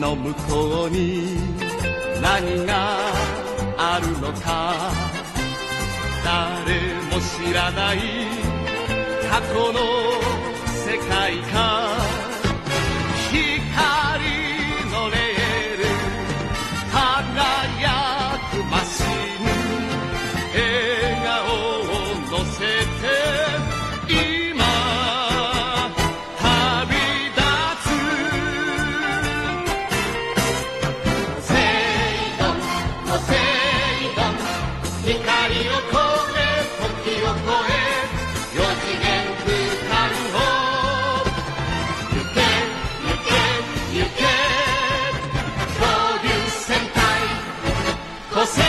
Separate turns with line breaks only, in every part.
の向こうに何があるのか誰も知らない過去の世界か光のレール輝くマシン笑顔を乗せて今旅立つセイドンポセイドン光を越え時を越え四次元空間を行け行け行け恐竜戦隊個性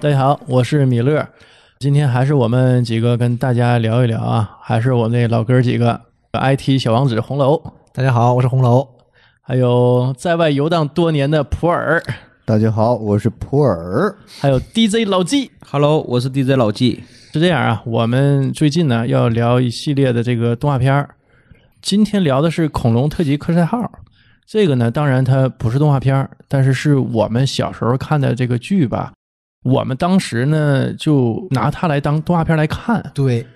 大家好，我是米勒，今天还是我们几个跟大家聊一聊啊，还是我那老哥几个，IT 小王子红楼，
大家好，我是红楼。
还有在外游荡多年的普洱，
大家好，我是普洱。
还有 DJ 老纪。
Hello，我是 DJ 老纪。
是这样啊，我们最近呢要聊一系列的这个动画片儿，今天聊的是《恐龙特级科赛号》。这个呢，当然它不是动画片儿，但是是我们小时候看的这个剧吧。我们当时呢就拿它来当动画片来看，
对，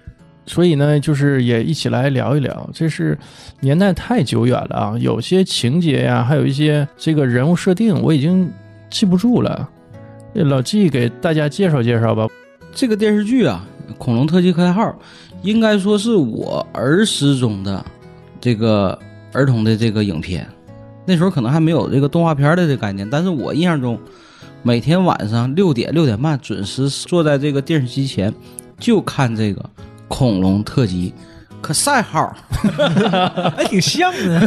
所以呢，就是也一起来聊一聊。这是年代太久远了啊，有些情节呀、还有一些这个人物设定，我已经记不住了。这老纪给大家介绍介绍吧。
这个电视剧啊，《恐龙特级科学号》，应该说是我儿时中的这个儿童的这个影片。那时候可能还没有这个动画片的这概念，但是我印象中，每天晚上六点六点半准时坐在这个电视机前，就看这个《恐龙特级可赛 号
哎，挺像的。》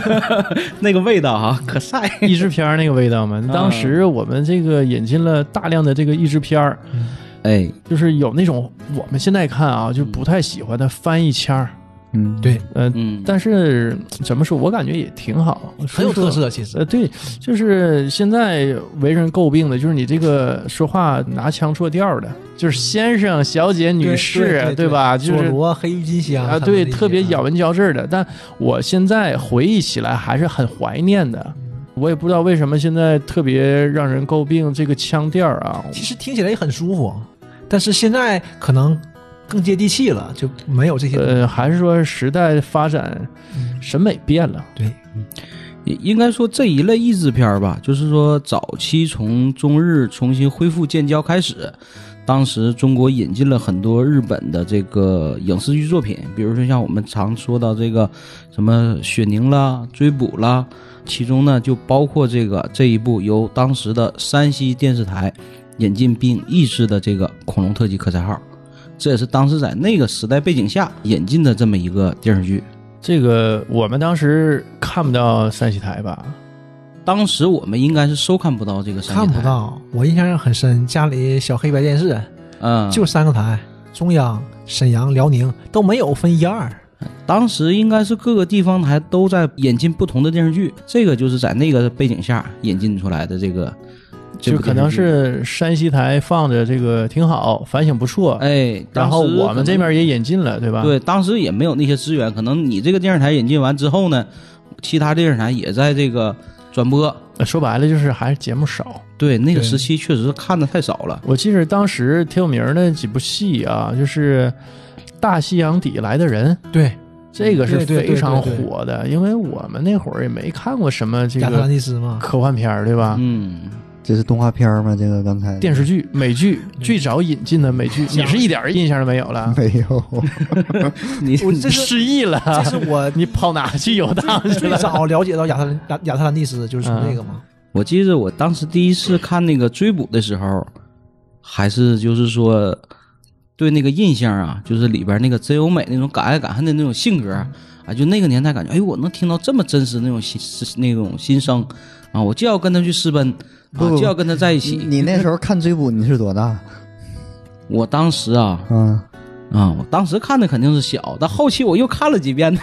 那个味道哈、可赛。
译制片儿那个味道
嗯
嘛。当时我们这个引进了大量的这个译制片儿，
哎，
就是有那种我们现在看啊就不太喜欢的翻译腔儿，
嗯，
对，
嗯、
嗯，
但是怎么说，我感觉也挺好，
很有
说
特
实话。
色，其实
呃，对，就是现在为人诟病的，就是你这个说话拿腔作调的，就是先生、小姐、女士，
对
吧？就
佐
是
罗、黑郁金香
啊，
他们
对，
那些
特别咬文嚼字儿的。但我现在回忆起来还是很怀念的。
嗯
我也不知道为什么现在特别让人诟病这个腔调儿啊。
其实听起来也很舒服，但是现在可能更接地气了，就没有这些。嗯
呃，还是说时代发展，审美变了。
对，
也应该说这一类译制片儿吧，就是说早期从中日重新恢复建交开始，当时中国引进了很多日本的这个影视剧作品，比如说像我们常说到这个什么雪凝啦、追捕啦，其中呢就包括这个这一部由当时的山西电视台引进并译制的这个《恐龙特级科赛号》，这也是当时在那个时代背景下引进的这么一个电视剧。
这个我们当时看不到山西台吧？
当时我们应该是收看不到这个山西
看
台
不到。我印象很深，家里小黑白电视
嗯，
就三个台，中央、沈阳、辽宁都没有分一二。
当时应该是各个地方台都在引进不同的电视剧，这个就是在那个背景下引进出来的这个，这
就
部
可能
电视剧
是山西台放着这个挺好，反响不错。
哎，
然后
当时可能
我们这边也引进了，对吧？
对，当时也没有那些资源，可能你这个电视台引进完之后呢，其他电视台也在这个转播。
呃，说白了就是还是节目少。
对，那个
对
时期确实是看的太少了。
我记得当时挺有名儿的几部戏啊，就是《大西洋底来的人》，
对，
这个是
对对对
非常
对对
火的，因为我们那会儿也没看过什么这
亚特兰
个
蒂斯嘛，
科幻片儿，对吧？
嗯，
这是动画片吗？这个刚才
电视剧、美剧
嗯
最早引进的美剧，你是一点儿印象都没有 了，
没有，
你
我这是
失忆了，
这是我
你跑哪去游荡去
最
了？
早了解到亚特兰亚亚特兰蒂斯就是从这个嘛。
嗯
我记得我当时第一次看那个追捕的时候，还是就是说对那个印象啊，就是里边那个真由美那种敢爱敢恨的那种性格啊，就那个年代感觉，哎呦，我能听到这么真实的那种心那种心声啊，我就要跟他去私奔啊
不，不
就要跟他在一
你
起。
你那时候看追捕你是多大？
我当时啊
嗯，
啊，我当时看的肯定是小，但后期我又看了几遍呢。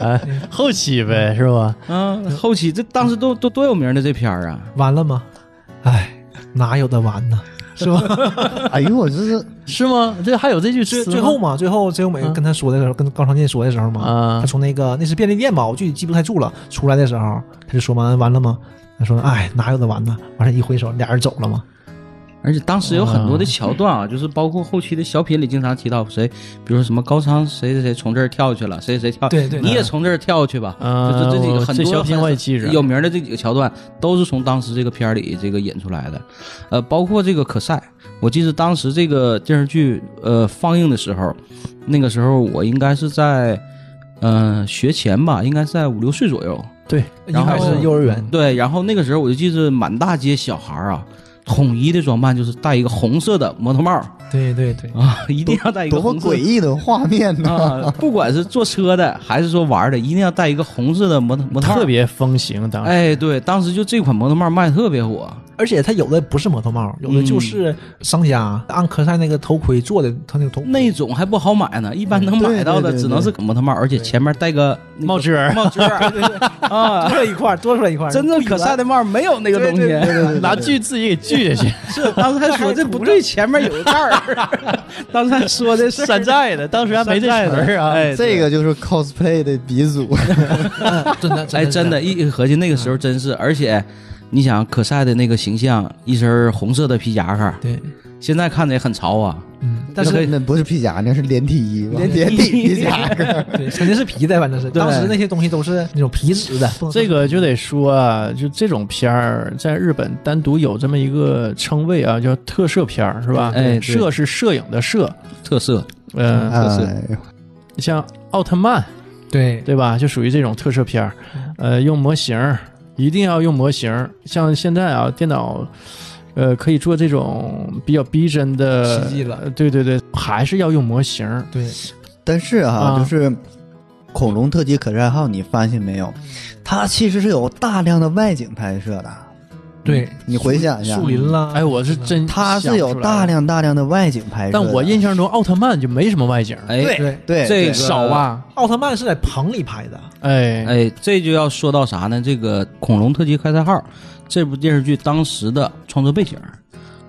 哎，后期呗，是吧？
啊，后期这当时都都多有名的这片儿啊，
完了吗？哎，哪有的完呢？是吧？
哎呦，我这 是
是吗？这还有这句
最
词吗嗯
最后嘛，最后最后美跟他说的时候，跟高长健说的时候嘛
啊，
他从那个那是便利店吧，我具体记不太住了。出来的时候，他就说完完了吗？他说哎，哪有的完呢？完了，一挥手，俩人走了嘛。
而且当时有很多的桥段啊，就是包括后期的小品里经常提到谁，比如说什么高仓谁谁谁从这儿跳去了，谁谁谁跳，
对对
你也从这儿跳去吧，
啊
就是这几个
我
很
这
多
小品
很
我也记着
有名的这几个桥段都是从当时这个片儿里这个引出来的，呃，包括这个可赛，我记得当时这个电视剧呃放映的时候，那个时候我应该是在呃学前吧，应该在五六岁左右，
对，
然后
应该是幼儿园，
对，然后那个时候我就记得满大街小孩儿啊，统一的装扮就是戴一个红色的摩托帽儿
对对对，
啊，一定要戴一个
多么
红色
诡异的画面呢！
啊！不管是坐车的还是说玩儿的，一定要戴一个红色的摩托摩托帽儿。
特别风行当时。
哎，对，当时就这款摩托帽儿卖得特别火，
而且他有的不是摩托帽，有的就是商家按科赛那个头盔做的，他那个头
那种还不好买呢，一般能
对
买到
对
的
对
只能是摩托帽儿，而且前面戴个那个
帽汁儿
帽汁 儿
多
啊。
出来一块儿，多出来一块儿，
真正可赛的帽儿没有那个东西，
拿锯自己给锯下去，
是当时还说这不对，前面有个 盖儿。当时还 说的是
山寨的，当时还没这词儿 啊。
哎，
这个就是 cosplay 的 鼻祖，
真 的
哎，真的，
的
一一合计那个时候真是，而且你想可赛的那个形象，一身红色的皮夹克，
对，
现在看着也很潮啊。
嗯，
但是
那不是皮夹，那是连 体衣，
连体衣
连体皮夹克。
对，肯定是皮的，反正是
对
当时那些东西都是那种皮质的，不能
这个就得说啊，就这种片儿在日本单独有这么一个称谓啊，叫特摄片儿，是吧？
哎对
摄是摄影的摄，
特色，
嗯、
是
哎呦，
像奥特曼，
对
对吧？就属于这种特摄片儿，
嗯
呃，用模型儿一定要用模型儿。像现在啊，电脑，呃，可以做这种比较逼真的
CG 了
呃对对对，还是要用模型儿。
对，
但是啊，
啊
就是恐龙特级可赛号，你发现没有？它其实是有大量的外景拍摄的。
对，
你回想一下
树，林啦，
哎，我是真
它是
想
有
不出来
大，量大量的外景拍摄的。
但我印象中奥特曼就没什么外景儿，
哎，
对，
对
这
对
个
少吧？
奥特曼是在棚里拍的，
哎，
哎，这就要说到啥呢？这个《恐龙特级开赛号》这部电视剧当时的创作背景儿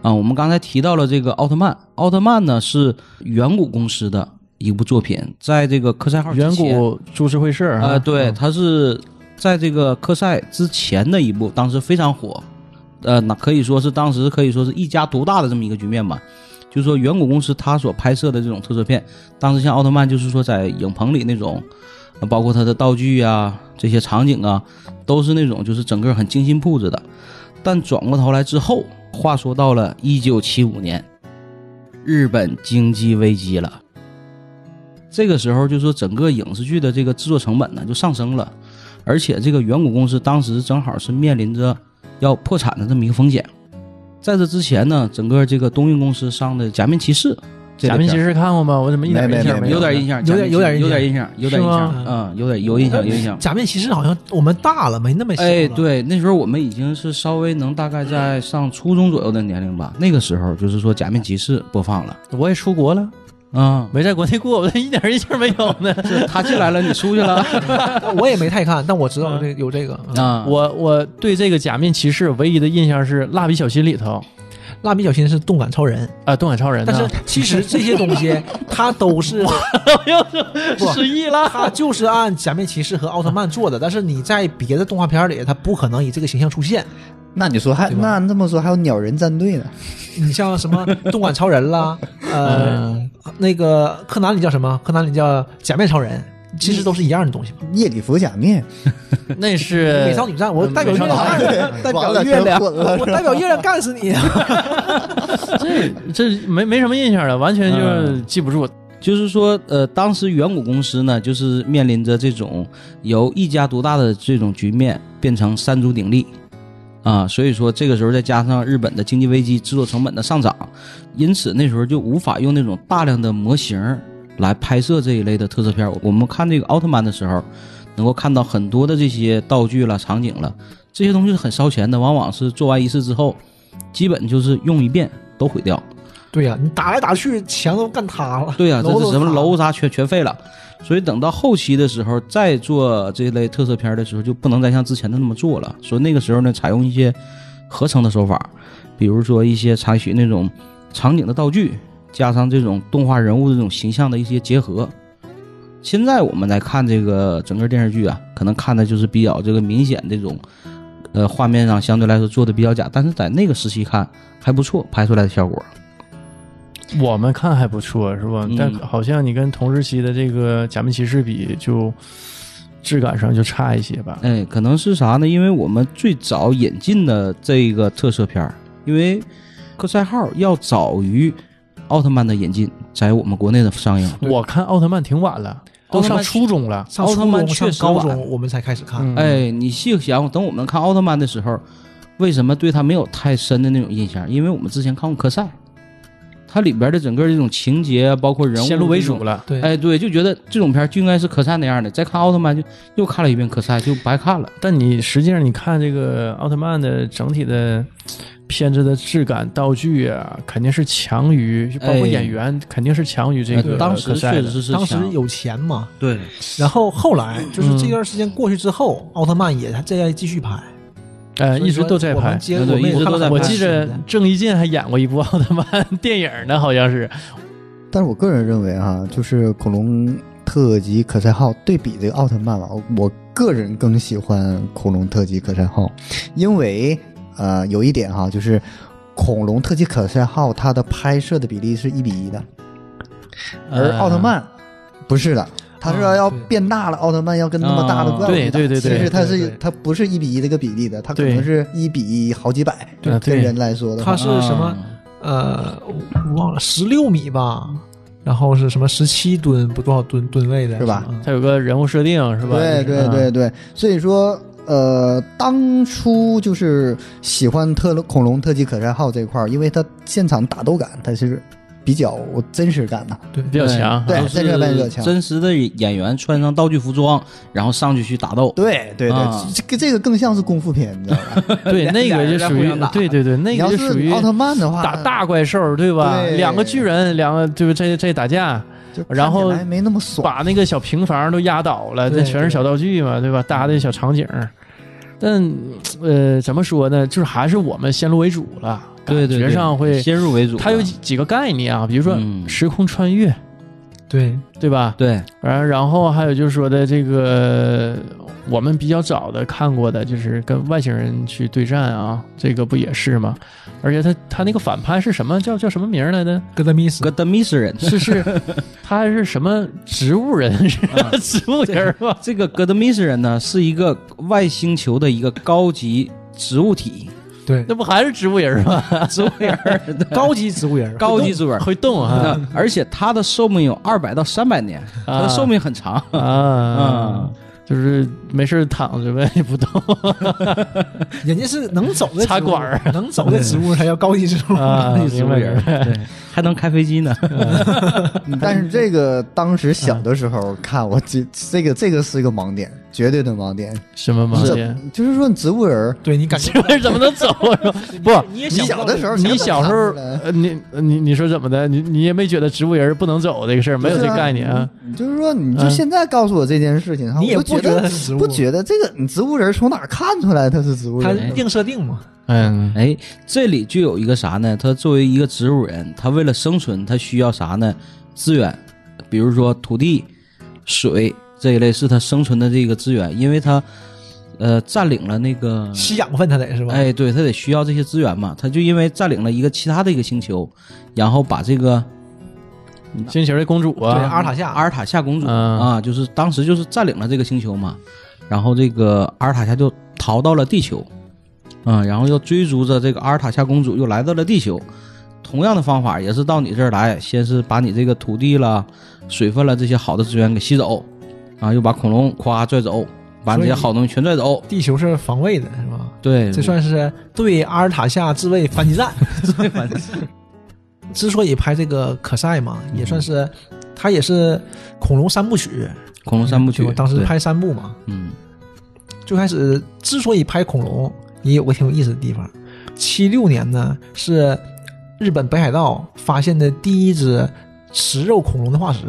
啊，我们刚才提到了这个奥特曼，奥特曼呢是远古公司的一部作品，在这个科赛号之
远
前
古株式会社啊，
啊，对，它是在这个科赛之前的一部，当时非常火，呃，那可以说是当时可以说是一家独大的这么一个局面吧。就是说，远古公司它所拍摄的这种特摄片，当时像奥特曼，就是说在影棚里那种，呃包括它的道具啊、这些场景啊，都是那种就是整个很精心布置的。但转过头来之后，话说到了一九七五年，日本经济危机了。这个时候就说整个影视剧的这个制作成本呢就上升了，而且这个远古公司当时正好是面临着要破产的这么一个风险。在这之前呢，整个这个东映公司上的《假面骑士》这
假
个片儿，
面骑士看过吗？我怎么一点
没
印象
没
有
有？
点印象，
有
假
点
面骑士
有
有
点
点印象，有点印
是
象，
吗
嗯，有点有印象，有印象。
假面骑士好像我们大了，没那么小了
哎，，对，那时候我们已经是稍微能大概在上初中左右的年龄吧。那个时候就是说《假面骑士》播放了，
我也出国了，
啊、
没在国内过，我一点印象没有呢。
他进来了，你出去了，
我也没太看，但我知道这有这个 嗯
啊，
我我对这个假面骑士唯一的印象是《蜡笔小新》里头
蜡笔小新是动感超人，
啊，动感超
嗯
人呢。
但是其实这些东 西它都是不
失忆了，
它就是按假面骑士和奥特曼做的，但是你在别的动画片里，它不可能以这个形象出现。
那你说还
对吧
那这么说还有鸟人战队呢？
你像什么动感超人啦，呃，
嗯
那个柯南里叫什么？柯南里叫假面超人，其实都是一样的东西嘛。
夜里服假 面，
那 是
美少女战，我代表月
美少女
亮，
战
代
完
表
了
月
全
亮，
混了
我我代表月亮干死你！
这没没什么印象了，完全就
嗯
记不住。
就是说，呃，当时远古公司呢，就是面临着这种由一家独大的这种局面变成三足鼎立，啊，所以说这个时候再加上日本的经济危机、制作成本的上涨，因此那时候就无法用那种大量的模型儿来拍摄这一类的特色片儿。我们看这个奥特曼的时候，能够看到很多的这些道具啦、场景啦，这些东西是很烧钱的，往往是做完一次之后，基本就是用一遍都毁掉。
对呀、你打来打去，墙都干塌了。
对呀、啊
楼
这
都
是什么
塌了
楼啥全全废了。所以等到后期的时候，再做这类特色片儿的时候，就不能再像之前的那么做了。所以那个时候呢，采用一些合成的手法，比比如说一些采取那种场景的道具，加上这种动画人物的这种形象的一些结合。现在我们来看这个整个电视剧啊，可能看的就是比较这个明显这种，呃，画面上相对来说做的比较假，但是在那个时期看还不错，拍出来的效果。
我们看还不错，是吧？
嗯
但好像你跟同时期的这个《假面骑士》比，就质感上就差一些吧。
哎，可能是啥呢？因为我们最早引进的这个特摄片儿，因为科赛号要早于奥特曼的引进，在我们国内的上映。
我看奥特曼挺晚了，都
奥特
上
曼
初中了。
上
奥
初
特
中
曼
上
确实
高
晚
中我们才开始看，
嗯，
哎，你细想，等我们看奥特曼的时候，为什么对他没有太深的那种印象？因为我们之前看过科赛，它里边的整个这种情节啊，包括人物
先入为
这种
主。了。
对，
哎，对，就觉得这种片儿就应该是科赛那样的。再看奥特曼，就又看了一遍科赛，就白看了。
但你实际上你看这个奥特曼的整体的片子的质感、道具啊，肯定是强于，包括
哎
演员肯定是强于这个
哎当时
科赛
确
的
实是
当时
想嗯
有钱嘛，
对，
然后后来就是这段时间过去之后，奥特曼也还在继续拍，
呃，
所以
一直
说
都在
我们
拍。
接
对对
我们也
一直都
看了
在
很
我
多
记
次
着郑伊健还演过一部奥特曼电影呢，好像是。
但是我个人认为哈、就是恐龙特级可赛号对比这个奥特曼吧，我个人更喜欢恐龙特级可赛号，因为呃有一点哈、就是恐龙特级可赛号它的拍摄的比例是一比一的，而
嗯呃
奥特曼不是的。它是
啊
要
对
变大了，奥特曼要跟那么大的
啊
怪物
对
去打
对对对
其实它
对
是
对
它不是一比一这个比例的，它可
对啊
能是一比一好几百，
对
跟人来说的话
它是什
啊
么？
嗯
呃，我忘了十六米吧，然后是什么十七吨不多少吨吨位的
是吧
吗
他有个人物设定是吧？
对
就是啊
对对，对，所以说，呃，当初就是喜欢特恐龙特技可赛号这一块儿，因为它现场打斗感，它是比较真实感的。
对，
比较强。
对
都
在这边比较
是
强
真实的演员穿上道具服装，然后上去去打斗。
对对对，
啊
这个这个更像是功夫片，你知道吧？
对，那
俩
个
人
就
在
属
互
于
相打
对对对， 那
你
个
要
就是属于
奥特曼的话，
打大怪兽对吧？
对
两个巨人，两个就是这这打架，
就看起
然后
来没那么爽。
把那个小平房都压倒了，
对
那全是
对
小道具嘛，对吧？搭的小场景儿，但呃，怎么说呢？就是还是我们先入为主了，
对对对
感觉上会，
先入为主的，
它有几几个概念啊，比如说
嗯
时空穿越，
对，
对吧？
对
然然后还有就是说的这个，我们比较早的看过的就是跟外星人去对战啊，这个不也是吗？而且他他那个反派是什么叫叫什么名儿来着？
戈德米斯
格德米斯人，
是 是，他还是什么植物人？ 是吧植物人儿吧？
这个格德米斯人呢是一个外星球的一个高级植物体，
对
那不还是植物人儿吗？
植物人 儿，对
高级植物人，
高级植物人儿。
会动啊
那而且它的寿命有二百到三百年，它的寿命很长。
啊！就是没事儿躺着呗，不动。
人家是能走的植物
插管儿，
能走的植物才叫高级植物。
啊，
高级植
明
物
白
人
明白。
儿，对，还能开飞机呢。
但是这个当时小的时候看，我这这个这个是一个盲点，绝对的盲点。
什么
你
盲
怎
点？
就是说你植物人儿，
对你感
植
觉
物人怎么能走啊？是吧不，
你也
你
想
小的时候
你
想怎么
小时候
看出来，
呃你你你说怎么的？你你也没觉得植物人不能走这个事儿，没有这概念啊？
就是说你就
嗯
现在告诉我这件事情哈，
你也
我
不
就
觉
觉
得
得
它是植物，
不觉得这个你植物人从哪儿看出来他是植物
它
人？
硬设定嘛？
嗯，
哎，这里就有一个啥呢？他作为一个植物人，他为了生存，他需要啥呢？资源，比如说土地、水这一类是他生存的这个资源，因为他呃占领了那个
吸养分它得是吧？
哎，对他得需要这些资源嘛，他就因为占领了一个其他的一个星球，然后把这个
星球的公主
对，阿
啊，
尔塔夏，
阿尔塔夏公主、
嗯
啊，就是当时就是占领了这个星球嘛，然后这个阿尔塔夏就逃到了地球，嗯，然后又追逐着这个阿尔塔夏公主又来到了地球，同样的方法也是到你这儿来，先是把你这个土地啦、水分啦这些好的资源给吸走，啊，又把恐龙夸拽走，把你这些
所以
好东西全拽走，
地球是防卫的是吧？
对，
这算是对阿尔塔夏自卫反 击战。
最烦的
之所以拍这个可赛嘛，也算是它也是恐龙三部曲，
恐龙三部曲
对吧，嗯当时
对，
拍三部嘛。
嗯。
最开始之所以拍恐龙，也有个挺有意思的地方。七六年呢，是日本北海道发现的第一只食肉恐龙的化石，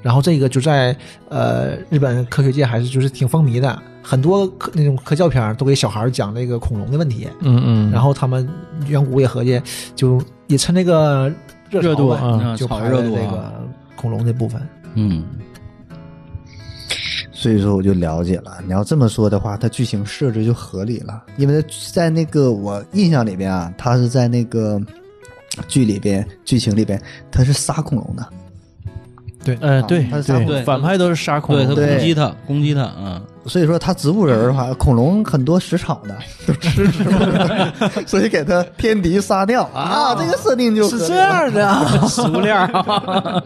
然后这个就在呃日本科学界还是就是挺风靡的，很多科那种科教片儿都给小孩儿讲这个恐龙的问题，
嗯嗯，
然后他们远古也合计就也趁这个热
热度
度
啊
嗯
就
炒
拍
热
了
度
这
啊
个恐龙这部分。
嗯，
所以说我就了解了。你要这么说的话，它剧情设置就合理了，因为在那个我印象里边啊，它是在那个剧里边、剧情里边，它是杀恐龙的，
对，
呃，对
它是杀恐
对
反派都是杀恐
对
龙
他
的，
攻
对
击他，攻击他啊，
所以说它植物人儿的
嗯
话，恐龙很多食草 的， 都吃植物人儿，所以给它天敌杀掉啊，
哦
这个设定就合理了。
的啊，
食物链儿啊，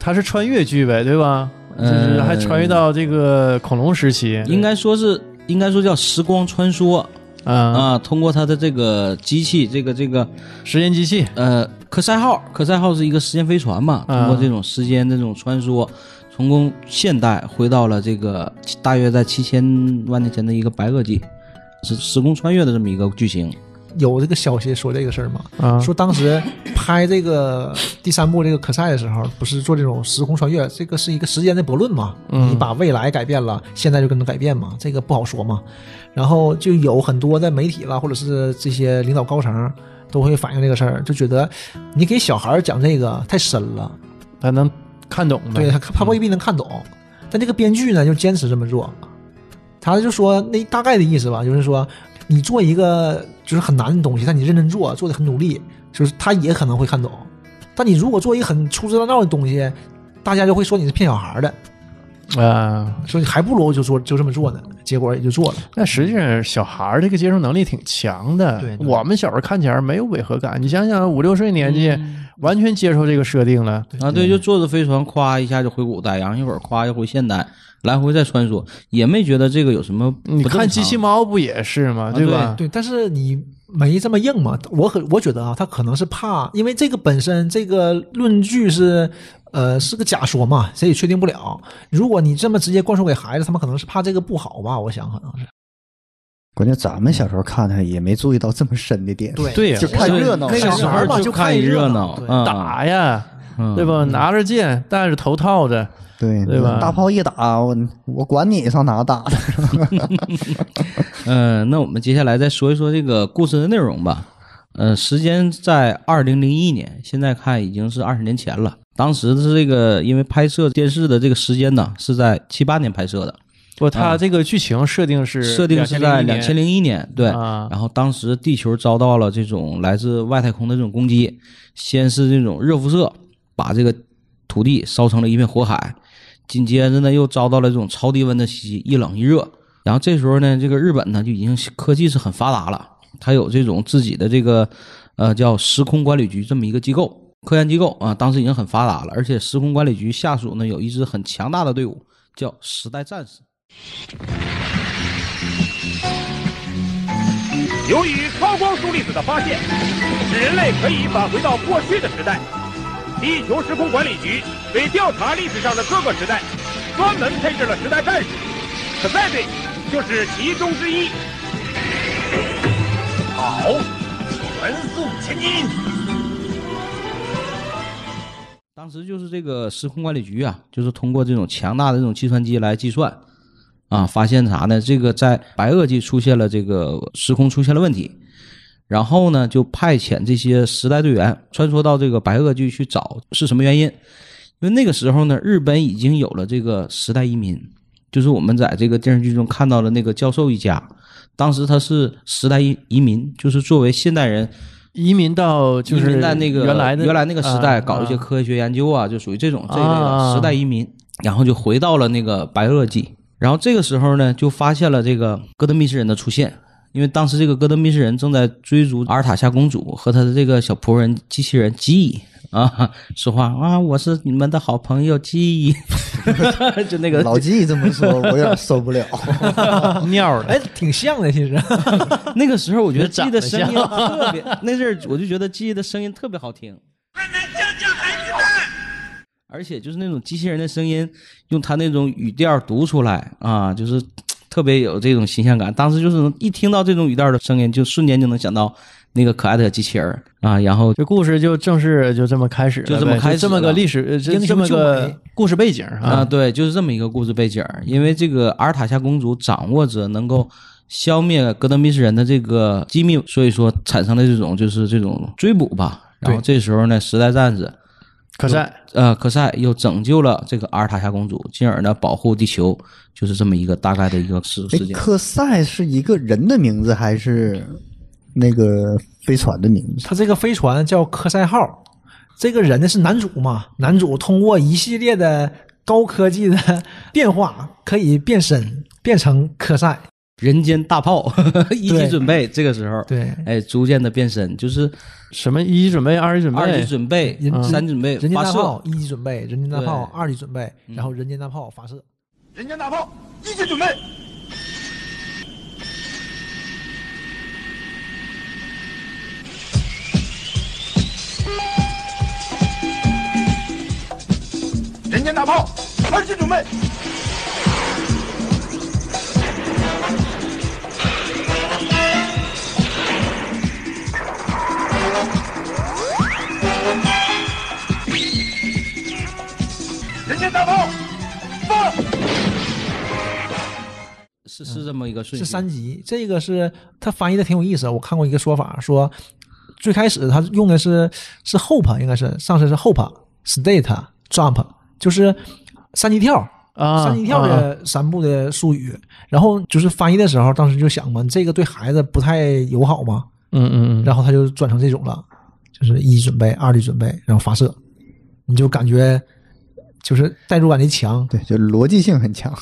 它是穿越剧呗，对吧？就
嗯
是还穿越到这个恐龙时期，
应该说是应该说叫时光穿梭
啊，
啊，通过他的这个机器，这个这个
时间机器，
呃，科赛号，科赛号是一个时间飞船嘛，
嗯
通过这种时间这种穿梭，从公现代回到了这个大约在七千万年前的一个白垩纪，是时空穿越的这么一个剧情。
有这个消息说这个事儿吗？
啊，
说当时拍这个第三部这个可赛的时候，不是做这种时空穿越，这个是一个时间的悖论嘛？
嗯
你把未来改变了，现在就跟着改变嘛，这个不好说嘛。然后就有很多的媒体啦，或者是这些领导高层都会反映这个事儿，就觉得你给小孩儿讲这个太深了，
它能看懂呗
对他他未必能看懂，但这个编剧呢就坚持这么做，他就说那大概的意思吧，就是说你做一个就是很难的东西，但你认真做，做的很努力，就是他也可能会看懂。但你如果做一个很粗制滥造的东西，大家就会说你是骗小孩的，
啊。
说你还不如就做就这么做呢，结果也就做了。
但实际上，小孩儿这个接受能力挺强的。
对对
我们小时候看起来没有违和感，你想想，五六岁年纪、完全接受这个设定了。
啊，嗯对，就坐着飞船，咵一下就回古代，然后一会儿咵又回现代，来回再穿梭，也没觉得这个有什么不
你看
正常啊
机器？猫不也是吗？
对
吧？
对，但是你没这么硬嘛？我可我觉得啊，他可能是怕，因为这个本身这个论据是，呃，是个假说嘛，谁也确定不了。如果你这么直接灌输给孩子，他们可能是怕这个不好吧？我想可能是。
关键咱们小时候看它也没注意到这么深的点，
对
对呀
就看热闹。
那
小
个
时
小孩儿
候
嘛
就
就
看
看
一
一热
热
闹
闹，
对
嗯
打呀，
嗯
对吧？拿着剑，戴着头套的，
对
对吧
大炮一打，我我管你上哪打，
嗯，那我们接下来再说一说这个故事的内容吧。呃，时间在二零零一年，现在看已经是二十年前了。当时是这个，因为拍摄电视的这个时间呢，是在七八年拍摄的，
不，它这个剧情设定是
嗯设定是在两千
零
零一年，对。
啊，
然后当时地球遭到了这种来自外太空的这种攻击，先是这种热辐射把这个土地烧成了一片火海，紧接着呢又遭到了这种超低温的袭击，一冷一热。然后这时候呢，这个日本呢就已经科技是很发达了，它有这种自己的这个呃叫时空管理局这么一个机构。科研机构啊，当时已经很发达了，而且时空管理局下属呢有一支很强大的队伍，叫时代战士。
由于超光速粒子的发现，使人类可以返回到过去的时代。地球时空管理局为调查历史上的各个时代，专门配置了时代战士，可赛队就是其中之一。好，全速前进。
当时就是这个时空管理局啊，就是通过这种强大的这种计算机来计算，啊，发现啥呢？这个在白垩纪出现了这个时空出现了问题，然后呢就派遣这些时代队员穿梭到这个白垩纪去找是什么原因。因为那个时候呢，日本已经有了这个时代移民，就是我们在这个电视剧中看到的那个教授一家，当时他是时代移移民，就是作为现代人
移民到就
移
是
民在那个
原来的
原来那个时代搞一些
啊
科学研究啊，就属于这种这类
啊
的时代移民，然后就回到了那个白垩纪。然后这个时候呢，就发现了这个哥德密斯人的出现，因为当时这个哥德密斯人正在追逐阿尔塔夏公主和她的这个小仆人机器人基伊啊，说话啊，我是你们的好朋友基伊， 就 那个
老纪这么说， 我有点受不了。
啊 尿的
哎，挺像的，其实
那个时候，我觉得基伊的声音
长
特别，那阵儿我就觉得基伊的声音特别好听。而且就是那种机器人的声音，用他那种语调读出来啊，就是嘖特别有这种形象感。当时就是能一听到这种语调的声音，就瞬间就能想到那个可爱的小机器人儿啊，然后
这故事就正式就这么开始了呗，
就这么开始
这么个
了
历史，呃这
英雄
这么
救
个
美
故事背景
啊，
啊。
对，就是这么一个故事背景儿。因为这个阿尔塔夏公主掌握着能够消灭哥德米斯人的这个机密，所以说产生了这种就是这种追捕吧。然后这时候呢，时代战士
可赛
呃科赛又拯救了这个阿尔塔夏公主，进而呢保护地球，就是这么一个大概的一个事
哎
事，件。
科赛是一个人的名字还是那个飞船的名字？
他这个飞船叫科赛号，这个人呢是男主嘛？男主通过一系列的高科技的 变化，可以变身变成科赛。
人间大炮一级
对
准备，这个时候
对
哎逐渐的变身，就是
什么一级准备、二级准
二级
备，
准备、
人
三级准备
人间
发
大
射
炮。一级准备，人间大炮二级准备，
嗯
然后人间大炮发射。
人间大炮一起准备。人间大炮二级准备。人间大炮放。
是是这么一个顺序，
是三级，这个是他翻译的挺有意思。啊我看过一个说法，说最开始他用的是是 hope，应该是上身是 hope state jump，就是三级跳。
啊，
三级跳
啊
的三步的术语，然后就是翻译的时候，当时就想嘛，这个对孩子不太友好嘛，
嗯嗯嗯，
然后他就转成这种了，就是一级准备、二级准备，然后发射，你就感觉就是代入感贼强，
对，就逻辑性很强。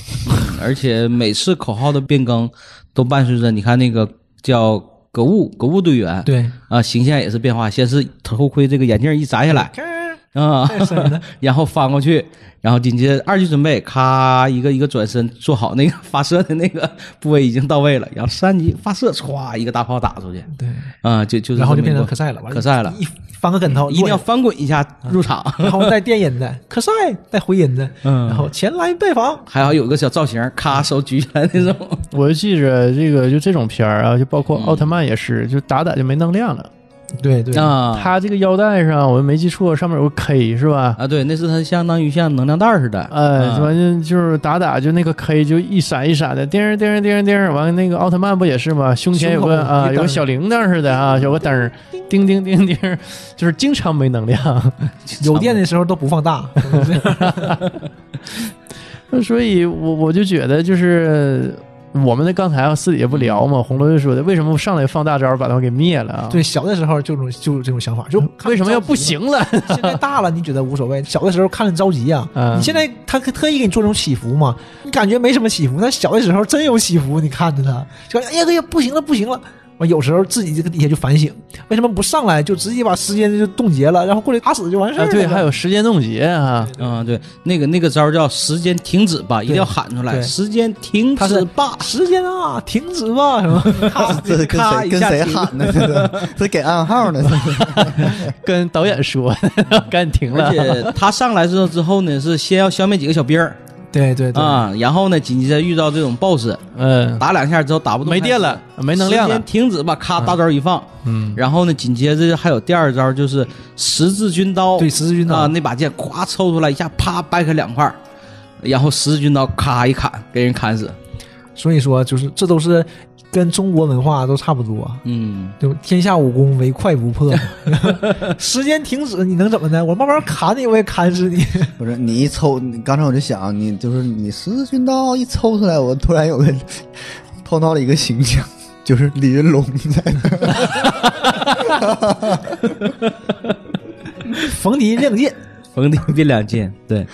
而且每次口号的变更都伴随着你看那个叫格物格物队员，
对，
啊、形象也是变化，先是头盔这个眼镜一摘下来啊、
太神了，
然后翻过去，然后紧接着二级准备，咔一个一个转身做好那个发射的那个部位已经到位了，然后三级发射，歘一个大炮打出去，
对，
啊、就就是
然后
这
就
么
变
一
成
个
可赛了，完
可赛了，
一啊翻个跟头，
一定要
落下
翻滚一下入场，
来，然后带电音的可赛，带回音的，
嗯
然后前来拜访，
还要有个小造型，咔手举起来那种，
我就记着这个，就这种片儿啊，就包括
嗯
奥特曼也是，就打打就没能量了。
对对，
啊，
他这个腰带上，我又没记错，上面有个 K 是吧？
啊，对，那是它相当于像能量袋儿似的，
哎，
啊
完了就是打打，就那个 K 就一闪一闪的，叮儿叮儿叮儿叮儿。完了，那个奥特曼不也是吗？胸前有个
胸口
啊，
一
有个
灯
小铃铛似的啊，有个灯儿，叮叮叮叮儿，就是经常没能量。
有电的时候都不放
啊
大，
所以我我就觉得，就是我们的刚才啊私底
嗯
下不聊嘛，红楼就说的，为什么上来放大招把他们给灭了啊？，
对，小的时候就有这种就有这种想法，就看
为什么要
着急
不行了？
现在大了，你觉得无所谓。小的时候看着着急呀、
嗯
你现在他特意给你做这种起伏嘛，你感觉没什么起伏，但小的时候真有起伏。你看着他，就感觉哎呀哎呀，不行了，不行了。完有时候自己这个底下就反省，为什么不上来就直接把时间就冻结了，然后过来打死就完事儿
啊，
了、
对，还有时间冻结啊，
啊，对，那个那个招儿叫时间停止吧，一定要喊出来，
对
时间停
他是
止吧。
时间啊，停止吧， 什么？
这是跟
咔
谁
一
啊
跟
下
谁
停
喊呢？这个这给暗号 呢？这是
跟导演说，赶紧停了
而。 且他上来之后之后呢，是先要消灭几个小兵儿
对对对，
啊，然后呢，紧接着遇到这种 BOSS，
嗯，
打两下之后打不动，
没电了，，没
没
能量
时
了
间。停止吧，咔，大招一放，
嗯，
然后呢，紧接着还有第二招就是十字军刀，
对十字军刀
啊，那把剑咵抽出来一下，啪掰开两块儿，然后十字军刀咔一砍，给人砍死。
所以说就是这都是跟中国文化都差不多。
嗯，
对吧，天下武功唯快不破。 时间停止，你能怎么的？我慢慢砍你，我也砍死你。
不是你一抽，你刚才我就想，你就是你十字军刀一抽出来，我突然有个碰到了一个形象，就是李云龙在那儿。
逢敌亮剑，
逢敌必两剑，对，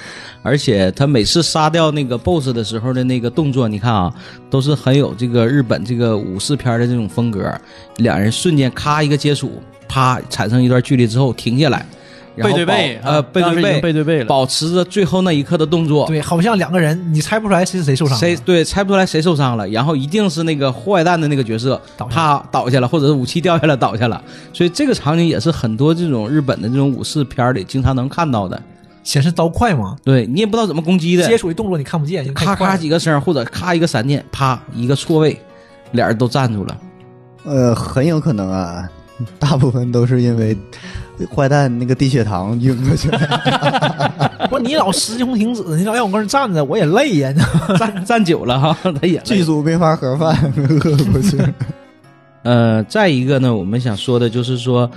而且他每次杀掉那个 BOSS 的时候的那个动作，你看啊，都是很有这个日本这个武士片的这种风格。两人瞬间咔一个接触，啪产生一段距离之后停下来，然
背
后
对背啊
保呃背
当时
对
已
背
经背对背了
保持着最后那一刻的动作。
对，好像两个人，你猜不出来谁是谁受伤的。
谁对猜不出来谁受伤了，然后一定是那个坏蛋的那个角色，
倒下
啪倒下了，或者是武器掉下了倒下了，所以这个场景也是很多这种日本的这种武士片里经常能看到的。
显示刀快嘛？
对你也不知道怎么攻击的，
接触的动作你看不见，因为
咔
太快
咔
了
几个声儿，或者咔一个 闪电，啪一个错位，俩人都站住了。
呃，很有可能啊，大部分都是因为坏蛋那个低血糖晕过去 的。
不是你老石穷停止，你老让我搁那站着，我也累啊呀。
站站久了哈， 他也累
剧组没法盒饭，饿过去。
呃，再一个呢，我们想说的就是说，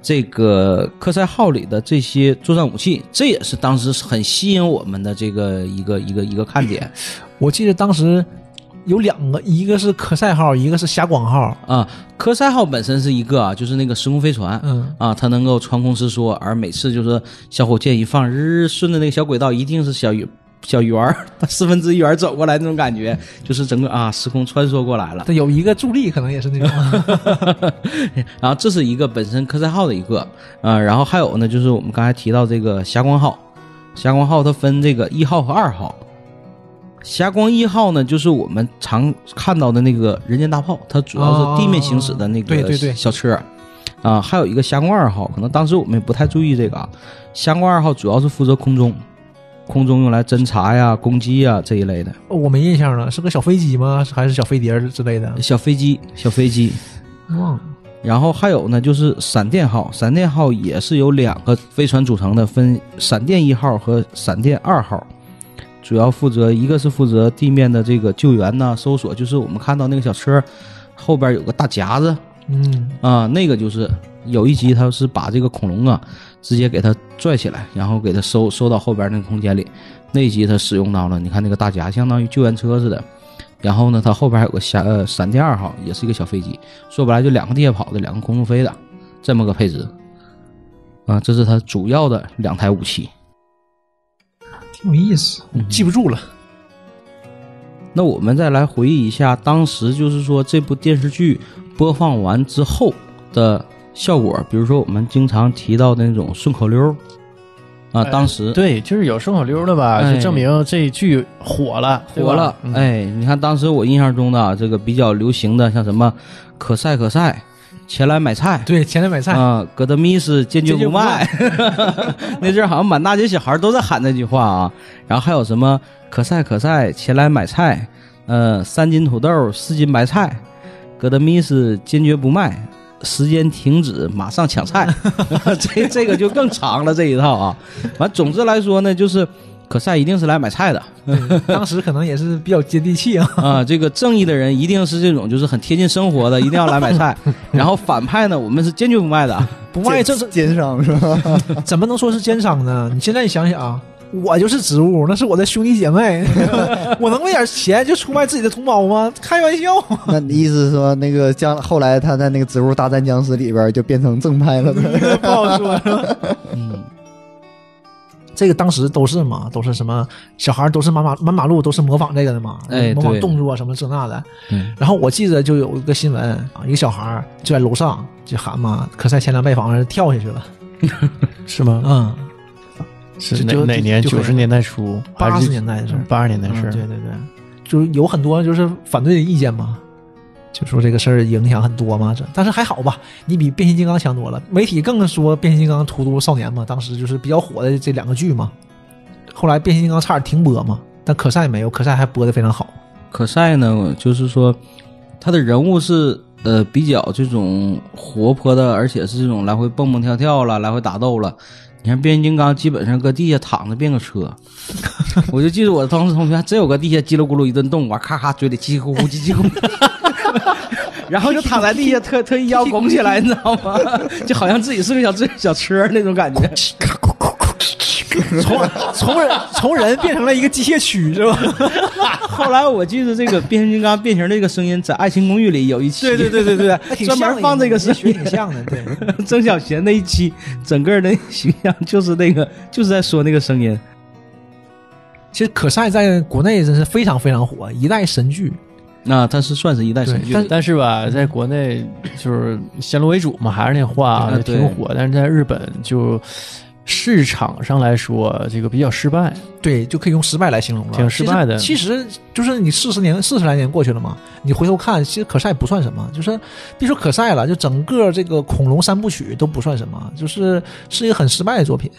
这个科赛号里的这些作战武器，这也是当时很吸引我们的这个一个一个一个看点
我记得当时有两个，一个是科赛号，一个是霞广号。
啊。科赛号本身是一个啊，就是那个时空飞船，
嗯，
啊，它能够穿空伸缩，而每次就是小火箭一放，日顺着那个小轨道，一定是小圆小圆儿四分之一圆儿走过来那种感觉，就是整个啊时空穿梭过来了。
对，有一个助力，可能也是那 种。
然后这是一个本身科赛号的一个，呃，然后还有呢，就是我们刚才提到这个霞光号，霞光号它分这个一号和二号。霞光一号呢，就是我们常看到的那个人间大炮，它主要是地面行驶的那
哦对
个
对对
小车，啊、还有一个霞光二号，可能当时我们也不太注意这个啊。霞光二号主要是负责空中，空中用来侦察呀、攻击呀这一类的
哦我没印象了，是个小飞机吗？还是小飞碟儿之类的？
小飞机、小飞机，
忘了。
然后还有呢，就是闪电号，闪电号也是由两个飞船组成的，分闪电一号和闪电二号，主要负责一个是负责地面的这个救援呐、搜索，就是我们看到那个小车后边有个大夹子
嗯，
啊、那个就是有一集他是把这个恐龙啊直接给它拽起来，然后给它收收到后边那个空间里，那一集他使用到了，你看那个大夹相当于救援车似的。然后呢，它后边还有个闪呃闪电二号，也是一个小飞机，说白了就两个地下跑的，两个空中飞的，这么个配置。啊，这是它主要的两台武器。
挺有意思，记不住了。
那我们再来回忆一下，当时就是说这部电视剧播放完之后的效果，比如说我们经常提到的那种顺口溜儿，啊，
哎
当时
对，就是有顺口溜的吧，
哎
就证明这剧火了，对吧
火了，
嗯
哎，你看当时我印象中的啊这个比较流行的，像什么可赛可赛，前来买菜，
对，前来买菜，
啊，戈德米斯坚决
坚决
不
不
卖。 那阵儿好像满大街小孩都在喊这句话啊。然后还有什么可赛可赛，前来买菜，呃，三斤土豆，四斤白菜，戈德米斯坚决不卖，时间停止，马上抢 菜。这这个就更长了这一套啊。完，总之来说呢，就是可赛一定是来买菜的。
对当时可能也是比较接地气 啊。
啊，这个正义的人一定是这种，就是很贴近生活的，一定要来买 菜。然后反派呢，我们是坚决不卖的。
不卖 这是
奸商是吧？
怎么能说是奸商呢？你现在想想啊，我就是植物，那是我的兄弟姐 妹，我能为点钱就出卖自己的同胞吗？开玩笑，
那你意思是说，那个将后来他在那个《植物大战僵尸》里边就变成正派了呗？
不好 说。
嗯，
这个当时都是嘛，都是什么小孩儿都是满马满马路都是模仿这个的嘛，
哎
模仿
对
动作啊什么这那的。
嗯
然后我记得就有一个新闻啊，一个小孩儿就在楼上就喊嘛，可赛前两拜访跳下去了，
是吗？
嗯，
是
就
哪
就
哪年？
就
九十年代初，
八十年代的事儿，
八十年代
嗯
是、
对对对，就是有很多就是反对的意见嘛。就说这个事儿影响很多嘛，这但是还好吧，你比变形金刚强多了。媒体更说变形金刚荼毒少年嘛，当时就是比较火的这两个剧嘛。后来变形金刚差点停播嘛，但可赛没有，可赛还播的非常好。
可赛呢，就是说他的人物是呃比较这种活泼的，而且是这种来回蹦蹦跳跳了，来回打斗了。你看变形金刚基本上搁地下躺着变个车， 我就记得我当时同学还真有个地下叽里咕噜一顿动，完咔咔嘴里叽叽咕咕叽叽咕咕， 然后就躺在地下特特意腰拱起来，你知道吗？ 就好像自己是个小自小车那种感觉。
从从人 从人变成了一个机械区是吧？
后来我记得这个变形金刚变形这个声音在《爱情公寓》里有一期，
对对
还 挺像的专门放这个声音
挺像的，对。
曾小贤那一期，整个的形象就是那个，就是在说那个声音。
其实可赛在国内真是非常非常火，一代神剧。
那、他是算是一代神剧，
但但是吧，在国内就是先入为主嘛，还是那话
啊对
挺火，但是在日本就市场上来说，这个比较失败。
对，就可以用失败来形容了，
挺失败的
其实其实就是你四十年、四十来年过去了嘛，你回头看，其实可赛不算什么，就是别说可赛了，就整个这个恐龙三部曲都不算什么，就是是一个很失败的作品。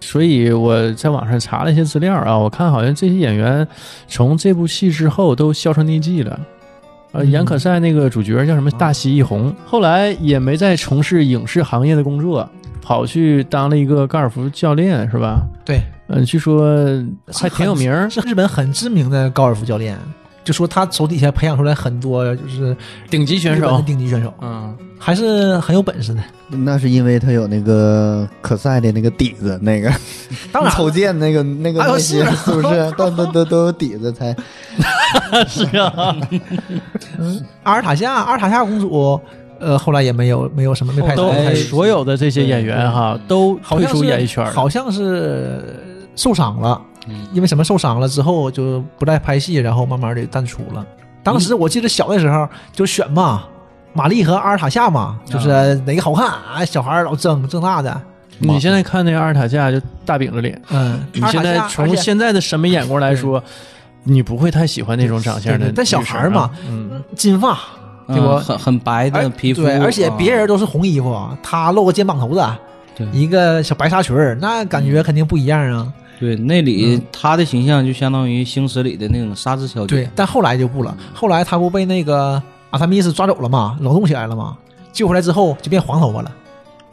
所以我在网上查了一些资料啊，我看好像这些演员从这部戏之后都销声匿迹了，呃，严可赛那个主角叫什么大西一红，后来也没再从事影视行业的工作，跑去当了一个高尔夫教练，是吧？
对，
嗯、据说还挺有名儿，
是日本很知名的高尔夫教练，就说他手底下培养出来很多就是
顶级选
日本的
手。
顶级选手，
嗯，
还是很有本事的。
那是因为他有那个可赛的那个底子，那个
当然
瞅见那个那个
哎呦
那些
是啊
是不 是都都都都有底子才
是啊，
阿尔塔夏，阿尔塔夏公主，呃，后来也没有没有什么没拍
哦都哎
没拍
所有的这些演员哈，都
好
退
像
出
是
演艺圈嗯了。
好像是受伤了，因为什么受伤了之后就不再拍戏，然后慢慢的淡出了。当
嗯
时我记得小的时候就选嘛，玛丽和阿尔塔夏嘛，就是哪个好看啊？小孩儿老争争那的，
你现在看那个阿尔塔夏就大饼着脸，
嗯，
你
阿尔
现
塔
在
夏
从
而且
现在的审美眼光来说，你不会太喜欢那种长相
对
的
对但小
女生
孩儿嘛
啊，嗯，
金发，对不
嗯？很很白的
而
皮肤，
对，而且
啊
别人都是红衣服，她露个肩膀头子
对，
一个小白纱裙儿，那感
嗯
觉肯定不一样啊。
对那
嗯
里他的形象就相当于星矢里的那种纱质小姐，
对，但后来就不了，后来她不被那个阿萨密斯抓走了嘛，冷冻起来了嘛，救回来之后就变黄头发了，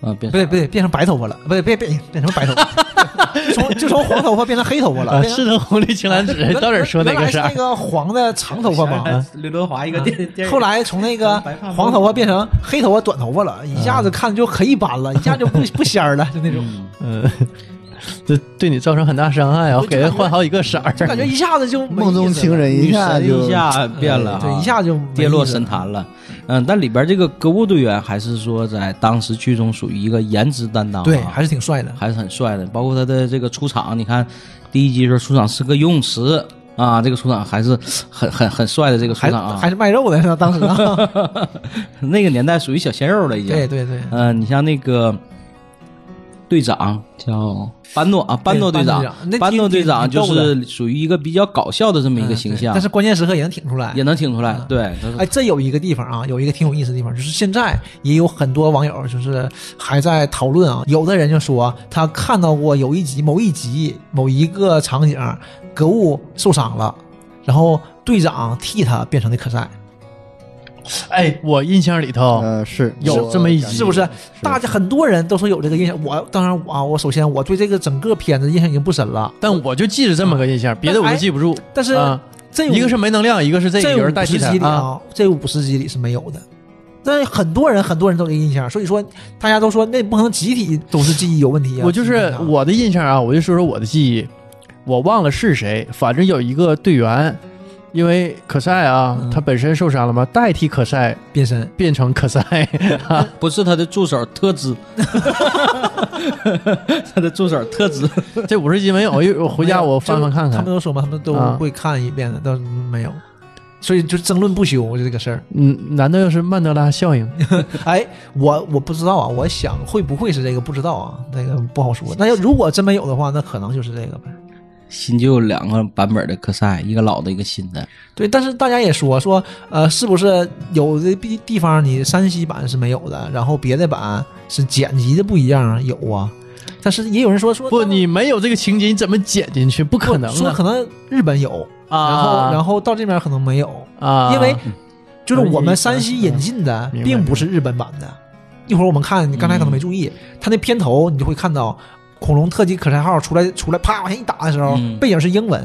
啊，变
不对不对，变成白头发了，不对，变变变成白头发，就 从就从黄头发变成黑头发了。
啊，
变成
是的，狐狸情蓝
原
纸
来
到底说哪
原
个
来是
啥
啊
那？个黄的长头发嘛，啊
刘德华一个电电影
后来从那个
白发
黄头发变成黑头发、短头发了，一下子看着就可一般了，一下就不不仙儿了，就那种，
嗯，这 对你造成很大伤害啊！我给人换好几个色儿，
就感觉一下子就没
梦
意
中
思
情
了
人一
女
下
神
就
一下变了啊，
哎对，一下就没
跌落
意思
神
了。
坛了。嗯，但里边这个歌舞队员还是说在当时剧中属于一个颜值担当啊，
对，还是挺帅的。
还是很帅的。包括他的这个出场，你看第一集的时候出场是个游泳池啊，这个出场还是很很很帅的这个出
还
场啊
还，是卖肉的，是吧？当时啊，
那个年代属于小鲜肉了已经。
对对对，
呃，你像那个队长叫班诺啊，班诺队长
班诺队长那，
班诺队长
挺
就
挺逗的
是属于一个比较搞笑的这么一个形
嗯对
象，
但是关键时刻也能挺出来
啊也。能听出来，对，他是
哎，这有一个地方啊，有一个挺有意思的地方，就是现在也有很多网友就是还在讨论啊，有的人就说他看到过有一集某一集某一个场景，格物受伤了，然后队长替他变成的可赛，
哎，我印象里
嗯
头，
哦
呃是
有这么一集
是不是？大家很多人都说有这个印象。我当然我啊，我首先我对这个整个片子印象已经不深了，
但我就记着这么个印象，别的我都记不住。
但是
啊，
这
一个是没能量，一个是这
这
个人代
五
替
十
他
集里
啊。
啊，这五十集里是没有的。但是很多人很多人都有印象，所以说大家都说那不可能集体都是记忆有问题啊。
我就是
集体啊，
我的印象啊，我就说说我的记忆，我忘了是谁，反正有一个队员，因为可赛啊
嗯，
他本身受伤了嘛，代替可赛
变身
变成可赛，
不是他的助手特兹， 他的助手特兹，
这五十集没有，我一我哎回家我翻翻看
他
看
们。都说嘛，他们都
啊
会看一遍的，但没有，所以就争论不休就这个事儿。
嗯，难道又是曼德拉效 应？
哎，我我不知道啊，我想会不会是这个不知道啊，那个不好说。那要如果真没有的话，那可能就是这个呗。
新旧两个版本的科赛，一个老的，一个新的。
对，但是大家也说说，呃，是不是有的地地方你山西版是没有的，然后别的版是剪辑的不一样啊有啊，但是也有人说说
不，你没有这个情节，你怎么剪进去？不
不
可能
说
啊！
可能日本有，
啊
然后然后到这边可能没有，
啊，
因为就是我
啊
们山西引进的
明白嗯
并不是日本版的。一会儿我们看，你刚才可能没注意，它那片头你就会看到恐龙特级可赛号出来出来啪往下一打的时候，
嗯
背景是英文。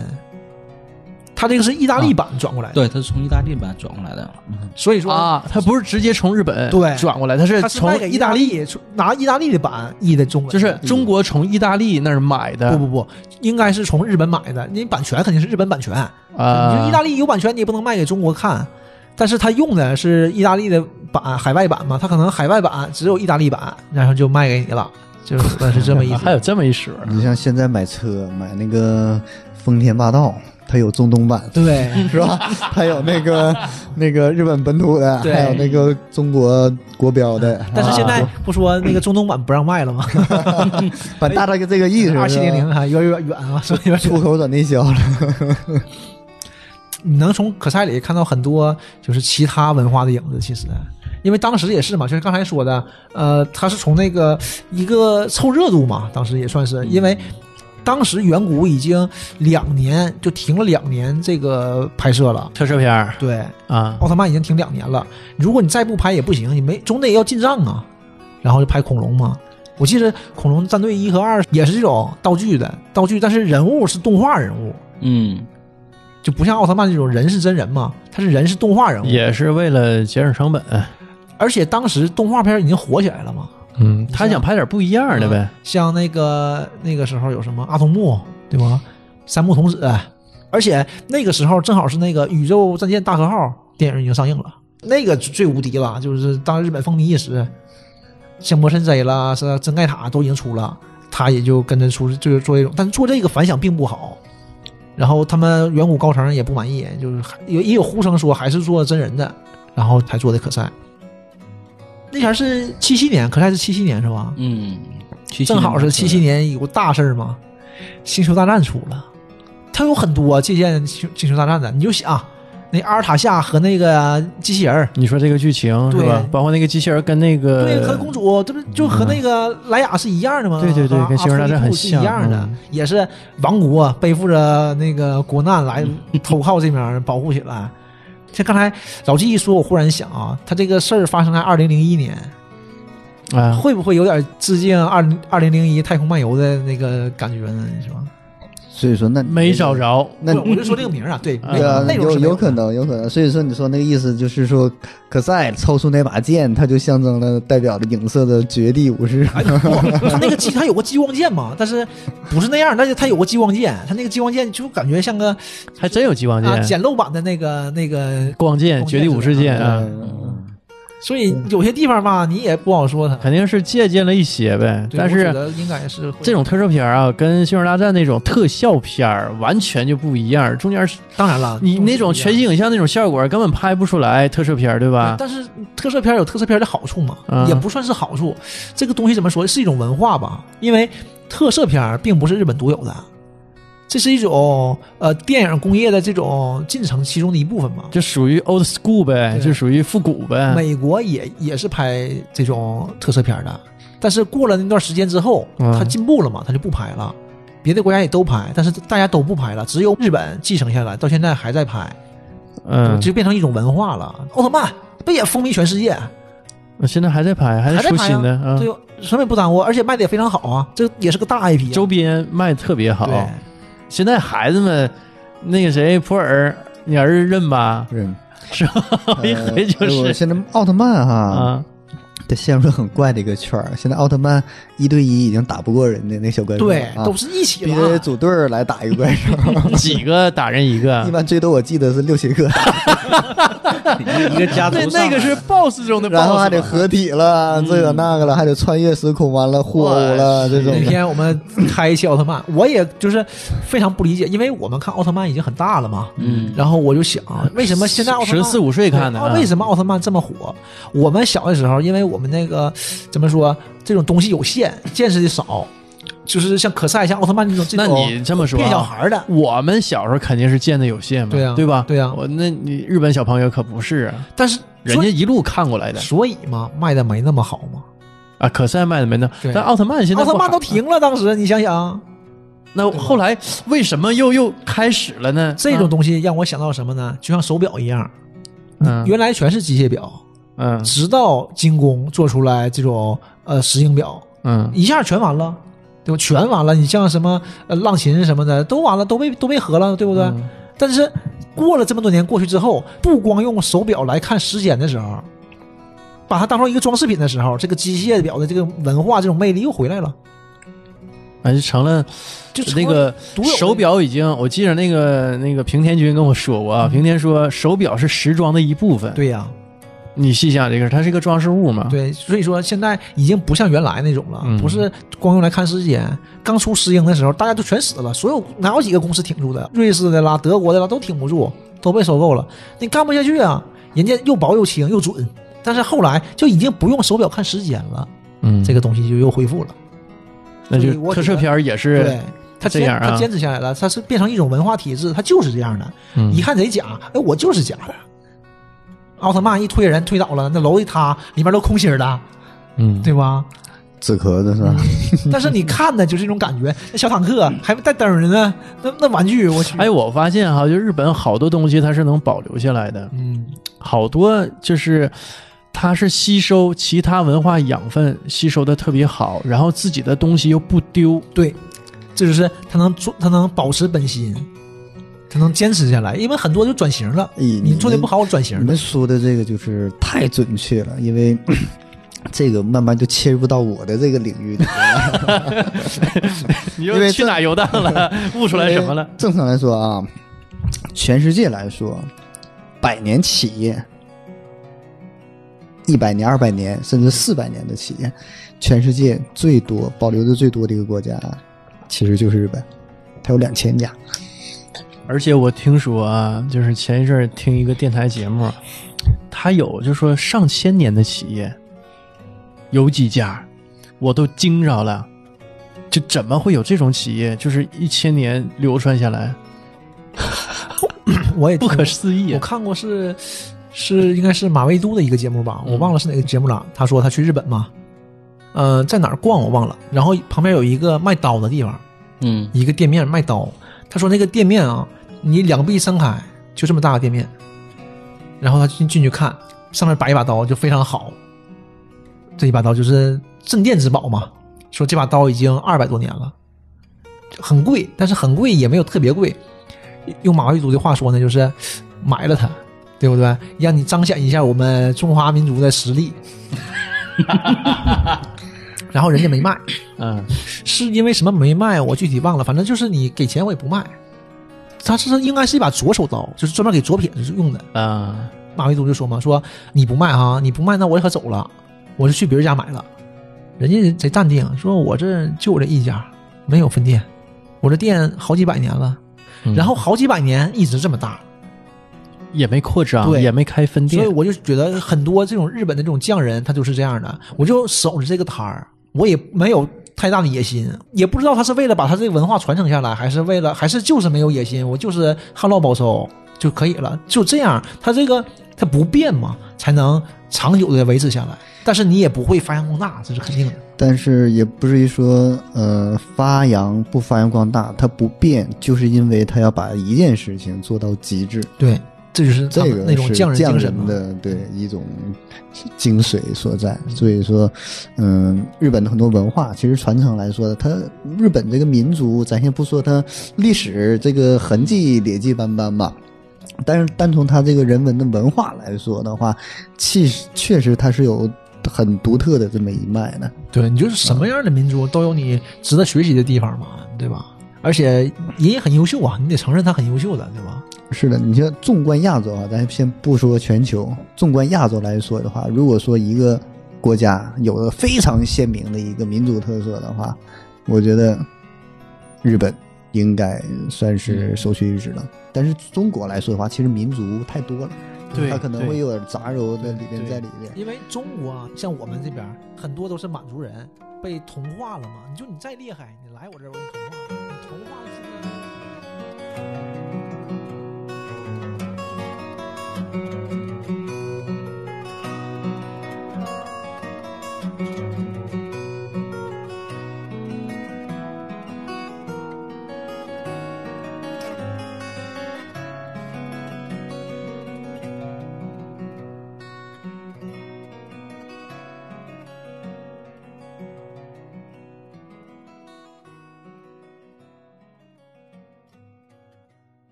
它这个是意大利版转过来的，嗯
对，他是从意大利版转过来的。
所以说
啊，他不是直接从日本
对
转过来，他是
他是卖
从
给
意
意
大
大
利，
利出拿意大利的版译的中文，
就是中国从意大利那儿买的
不不不，应该是从日本买的，你版权肯定是日本版权，你
啊
就意大利有版权，你也不能卖给中国看。但是他用的是意大利的版，海外版嘛，他可能海外版只有意大利版，然后就卖给你了，就是是这么意思。
还有这么一说，
你像现在买车买那个丰田霸道，它有中东版，
对，
啊
是吧？还有那个那个日本本土的，
对
还有那个中国国标的，
但是现在
啊
不说那个中东版不让卖了吗？
把大概这个意识，
二七零零还有点远远啊，所以说
出口转内销了，
你能从可赛里看到很多就是其他文化的影子，其实，因为当时也是嘛，就是刚才说的，呃，他是从那个一个凑热度嘛，当时也算是，因为当时远古已经两年就停了两年这个拍摄了，
特摄片儿
对，
啊，
奥特曼已经停两年了，如果你再不拍也不行，你没总得要进账啊。然后就拍恐龙嘛。我记得《恐龙战队一》和二也是这种道具的道具，但是人物是动画人物，
嗯，
就不像奥特曼这种人是真人嘛，他是人是动画人物。
也是为了节省成本。
而且当时动画片已经火起来了嘛，
嗯，他想拍点不一样的呗。
像那个那个时候有什么阿童木对吧？三木童子，而且那个时候正好是那个宇宙战舰大和号电影已经上映了，那个最无敌了，就是当日本风靡一时，像魔神 Z 啦、是真盖塔都已经出了，他也就跟着出，就是做这种，但是做这个反响并不好。然后他们远古高层也不满意，就是还有也有呼声说还是做真人的，然后才做的可赛。那前儿是七七年，可赛是七七年是吧？
嗯，77
正好是七七
年
年有个大事儿嘛，《星球大战》出了，它有很多借鉴星《星球大战》的，你就想、那阿尔塔夏和那个机器人儿，
你说这个剧情是
对
吧？包括那个机器人跟那个
对，和公主这不就和那个莱雅是一样的吗？
嗯对对对
啊
跟星球大战
阿
很
芙丽兔是一样的
像嗯，
也是王国背负着那个国难来
嗯
投靠这边保护起来。像刚才老纪一说，我忽然想啊，他这个事儿发生在二零零一年，
啊，
会不会有点致敬二二零零一《太空漫游》的那个感觉呢？是吧？
所以说那
没找着。
那
不我就说这个名儿啊，对，
啊
那
对啊
个，内容
有
是没
有可
的。
能，有可能。所以说，你说那个意思就是说，可赛抽出那把剑，它就象征了代表着影射的绝地武士。
哎，不他那个激，他有个激光剑嘛，但是不是那样，但是他有个激光剑，他那个激光剑就感觉像个
还真有激光
啊
剑、
简陋版的那个那个，
光剑、
光剑
绝地武士
哎
剑啊，
嗯
所以有些地方吧，你也不好说他。
肯定是借鉴了一些呗。
对
但
我觉
是
得应该是会
这种特摄片啊，跟《星球大战》那种特效片儿完全就不一样，中间是
当然了，
你那种全息
对
影像那种效果根本拍不出来特摄片儿，对吧？
但是特色片有特色片的好处嘛，
嗯
也不算是好处。这个东西怎么说，是一种文化吧？因为特色片并不是日本独有的，这是一种呃电影工业的这种进程其中的一部分嘛。
就属于 old school 呗，
对
就属于复古呗。
美国也也是拍这种特色片儿的，但是过了那段时间之后，
嗯
他进步了嘛，他就不拍了。别的国家也都拍，但是大家都不拍了，只有日本继承下来，到现在还在拍，
嗯，
就变成一种文化了。哦奥特曼不也风靡全世界，
现在还在拍，还
还
在
在
出
拍
新的啊
啊，对，什么也不耽误，而且卖的也非常好啊，这也是个大 IP 啊、
周边卖特别好。
对，
现在孩子们，那个谁普洱，你儿子认吧？
是，
是吧？一
呃
回就
我
是
现在奥特曼哈，
啊，
他陷入了很怪的一个圈儿。现在奥特曼一对一已经打不过人的那小怪兽，
对，
啊
都是一起
必须
的
得
啊。
组队儿来打一个怪 兽。
几个打人一
一
个。
般最多我记得是六七 个，
一个家族
那
上
那
来
个是 boss 中的 boss，
然后还得
吧
合体
嗯
了，这个那个了，还得穿越时空，完了互殴了这种
那
的。
天我们开一期奥特曼，我也就是非常不理解，因为我们看奥特曼已经很大了嘛，
嗯，
然后我就想，为什么现在奥特曼
啊十四五岁看的啊
对为什么奥特曼这么火？我们小的时候，因为我们那个怎么说，这种东西有限，见识的少，就是像可赛、像奥特曼这种这
那
种
你这么说啊
骗小孩的，
我们小时候肯定是见的有限嘛，
对啊
吧？
对啊
我那你日本小朋友可不是啊，
但是
人家一路看过来的
所以嘛，卖的没那么好嘛。
啊。可赛卖的没呢，
对
但奥特曼现在
奥特
不
曼
好嗯
都停了，当时你想想，
那后来为什么又又开始了呢？啊
这种东西让我想到什么呢？就像手表一样，
嗯
原来全是机械表，
嗯
直到精工做出来这种呃石英表，
嗯
一下全完了，对吧？全完了，你像什么呃浪琴什么的都完了，都被都被合了，对不对？
嗯
但是过了这么多年过去之后，不光用手表来看时间的时候，把它当成一个装饰品的时候，这个机械表的这个文化这种魅力又回来了，
啊，就成了
就成
那
了
个
独有的
手表已经，我记着那个那个平田君跟我说过啊，平田说手表是时装的一部分。
嗯对呀、
你细想这个事儿，它是一个装饰物嘛？
对，所以说现在已经不像原来那种了，
啊嗯
不是光用来看时间。刚出石英的时候，大家都全死了，所有哪有几个公司挺住的？瑞士的啦，德国的啦，都挺不住，都被收购了。你干不下去啊，人家又薄又轻又准。但是后来就已经不用手表看时间了，
嗯，
这个东西就又恢复了。
那
所以
就
我
特
觉
摄
得
片儿也
对
是，
他
这
坚
样啊
他坚持下来了，他是变成一种文化体制，他就是这样的。
嗯
一看贼假，哎，我就是假的。奥特曼一推人推倒了，那楼一塌，里面都空心儿的，
嗯
对吧？
纸壳子是吧？
但是你看呢，就是这种感觉，那小坦克还没带灯儿呢，那那玩具，我去，
嗯哎，，我发现哈，就日本好多东西它是能保留下来的，
嗯，
好多就是它是吸收其他文化养分，吸收的特别好，然后自己的东西又不丢。
对，这就是他能做，他能保持本心，他能坚持下来，因为很多就转型了，
哎
嗯
你
你做的不好，我转
你
型了
们，说的这个就是太准确了，因为 这个慢慢就切入到我的这个领域里了。
你
因
又
为
去哪游荡 了？悟出来什么了？
正常来说啊，全世界来说，百年企业、一百年、二百年甚至四百年的企业，全世界最多保留的最多的一个国家，其实就是日本，它有两千家。
而且我听说啊，就是前一阵儿听一个电台节目，他有就说上千年的企业，有几家我都惊着了，就怎么会有这种企业，就是一千年流传下来，
我也
不
听
可思议
我
啊！
看过是是应该是马未都的一个节目吧，
嗯
我忘了是哪个节目了。他说他去日本嘛，呃，在哪儿逛我忘了，然后旁边有一个卖刀的地方，
嗯，
一个店面卖刀。他说那个店面啊，你两臂张开，就这么大个店面，然后他进进去看，上面摆一把刀就非常好，这一把刀就是镇店之宝嘛。说这把刀已经二百多年了，很贵，但是很贵也没有特别贵。用马未都的话说呢，就是买了它，对不对？让你彰显一下我们中华民族的实力。然后人家没卖，
嗯，
是因为什么没卖，我具体忘了，反正就是你给钱我也不卖。它是应该是一把左手刀，就是专门给左撇子用的。
啊，
马未都就说嘛，说你不卖哈，你不卖，那我也可走了，我就去别人家买了。人家贼淡定，说我这就我这一家，没有分店，我这店好几百年了，
嗯
然后好几百年一直这么大，
也没扩张，
对
也没开分
所以
店，
我就觉得很多这种日本的这种匠人，他就是这样的。我就守着这个摊儿，我也没有太大的野心，也不知道他是为了把他这个文化传承下来，还是为了，还是就是没有野心，我就是旱涝保收就可以了，就这样。他这个他不变嘛，才能长久的维持下来。但是你也不会发扬光大，这是肯定的。
但是也不至于说，呃，发扬不发扬光大，它不变，就是因为它要把一件事情做到极致，
对，这就是
这
他们
个
那种
是
匠人精神嘛。嗯
的对一种精髓所在。所以说，嗯，日本的很多文化其实传承来说，它日本这个民族，咱先不说它历史这个痕迹劣迹斑斑吧。但是单从它这个人文的文化来说的话，其实确实它是有很独特的这么一脉的。
对，你就是什么样的民族都有你值得学习的地方嘛，对吧？而且人也很优秀啊，你得承认他很优秀的，对吧？
是的，你像纵观亚洲啊，咱先不说全球，纵观亚洲来说的话，如果说一个国家有了非常鲜明的一个民族特色的话，我觉得日本应该算是首屈一指了。但是中国来说的话，其实民族太多了，
对
它可能
对
会有点杂糅在里边，
对
在里边。
因为中国啊，像我们这边儿很多都是满族人被同化了嘛，你就你再厉害，你来我这儿我给你同化。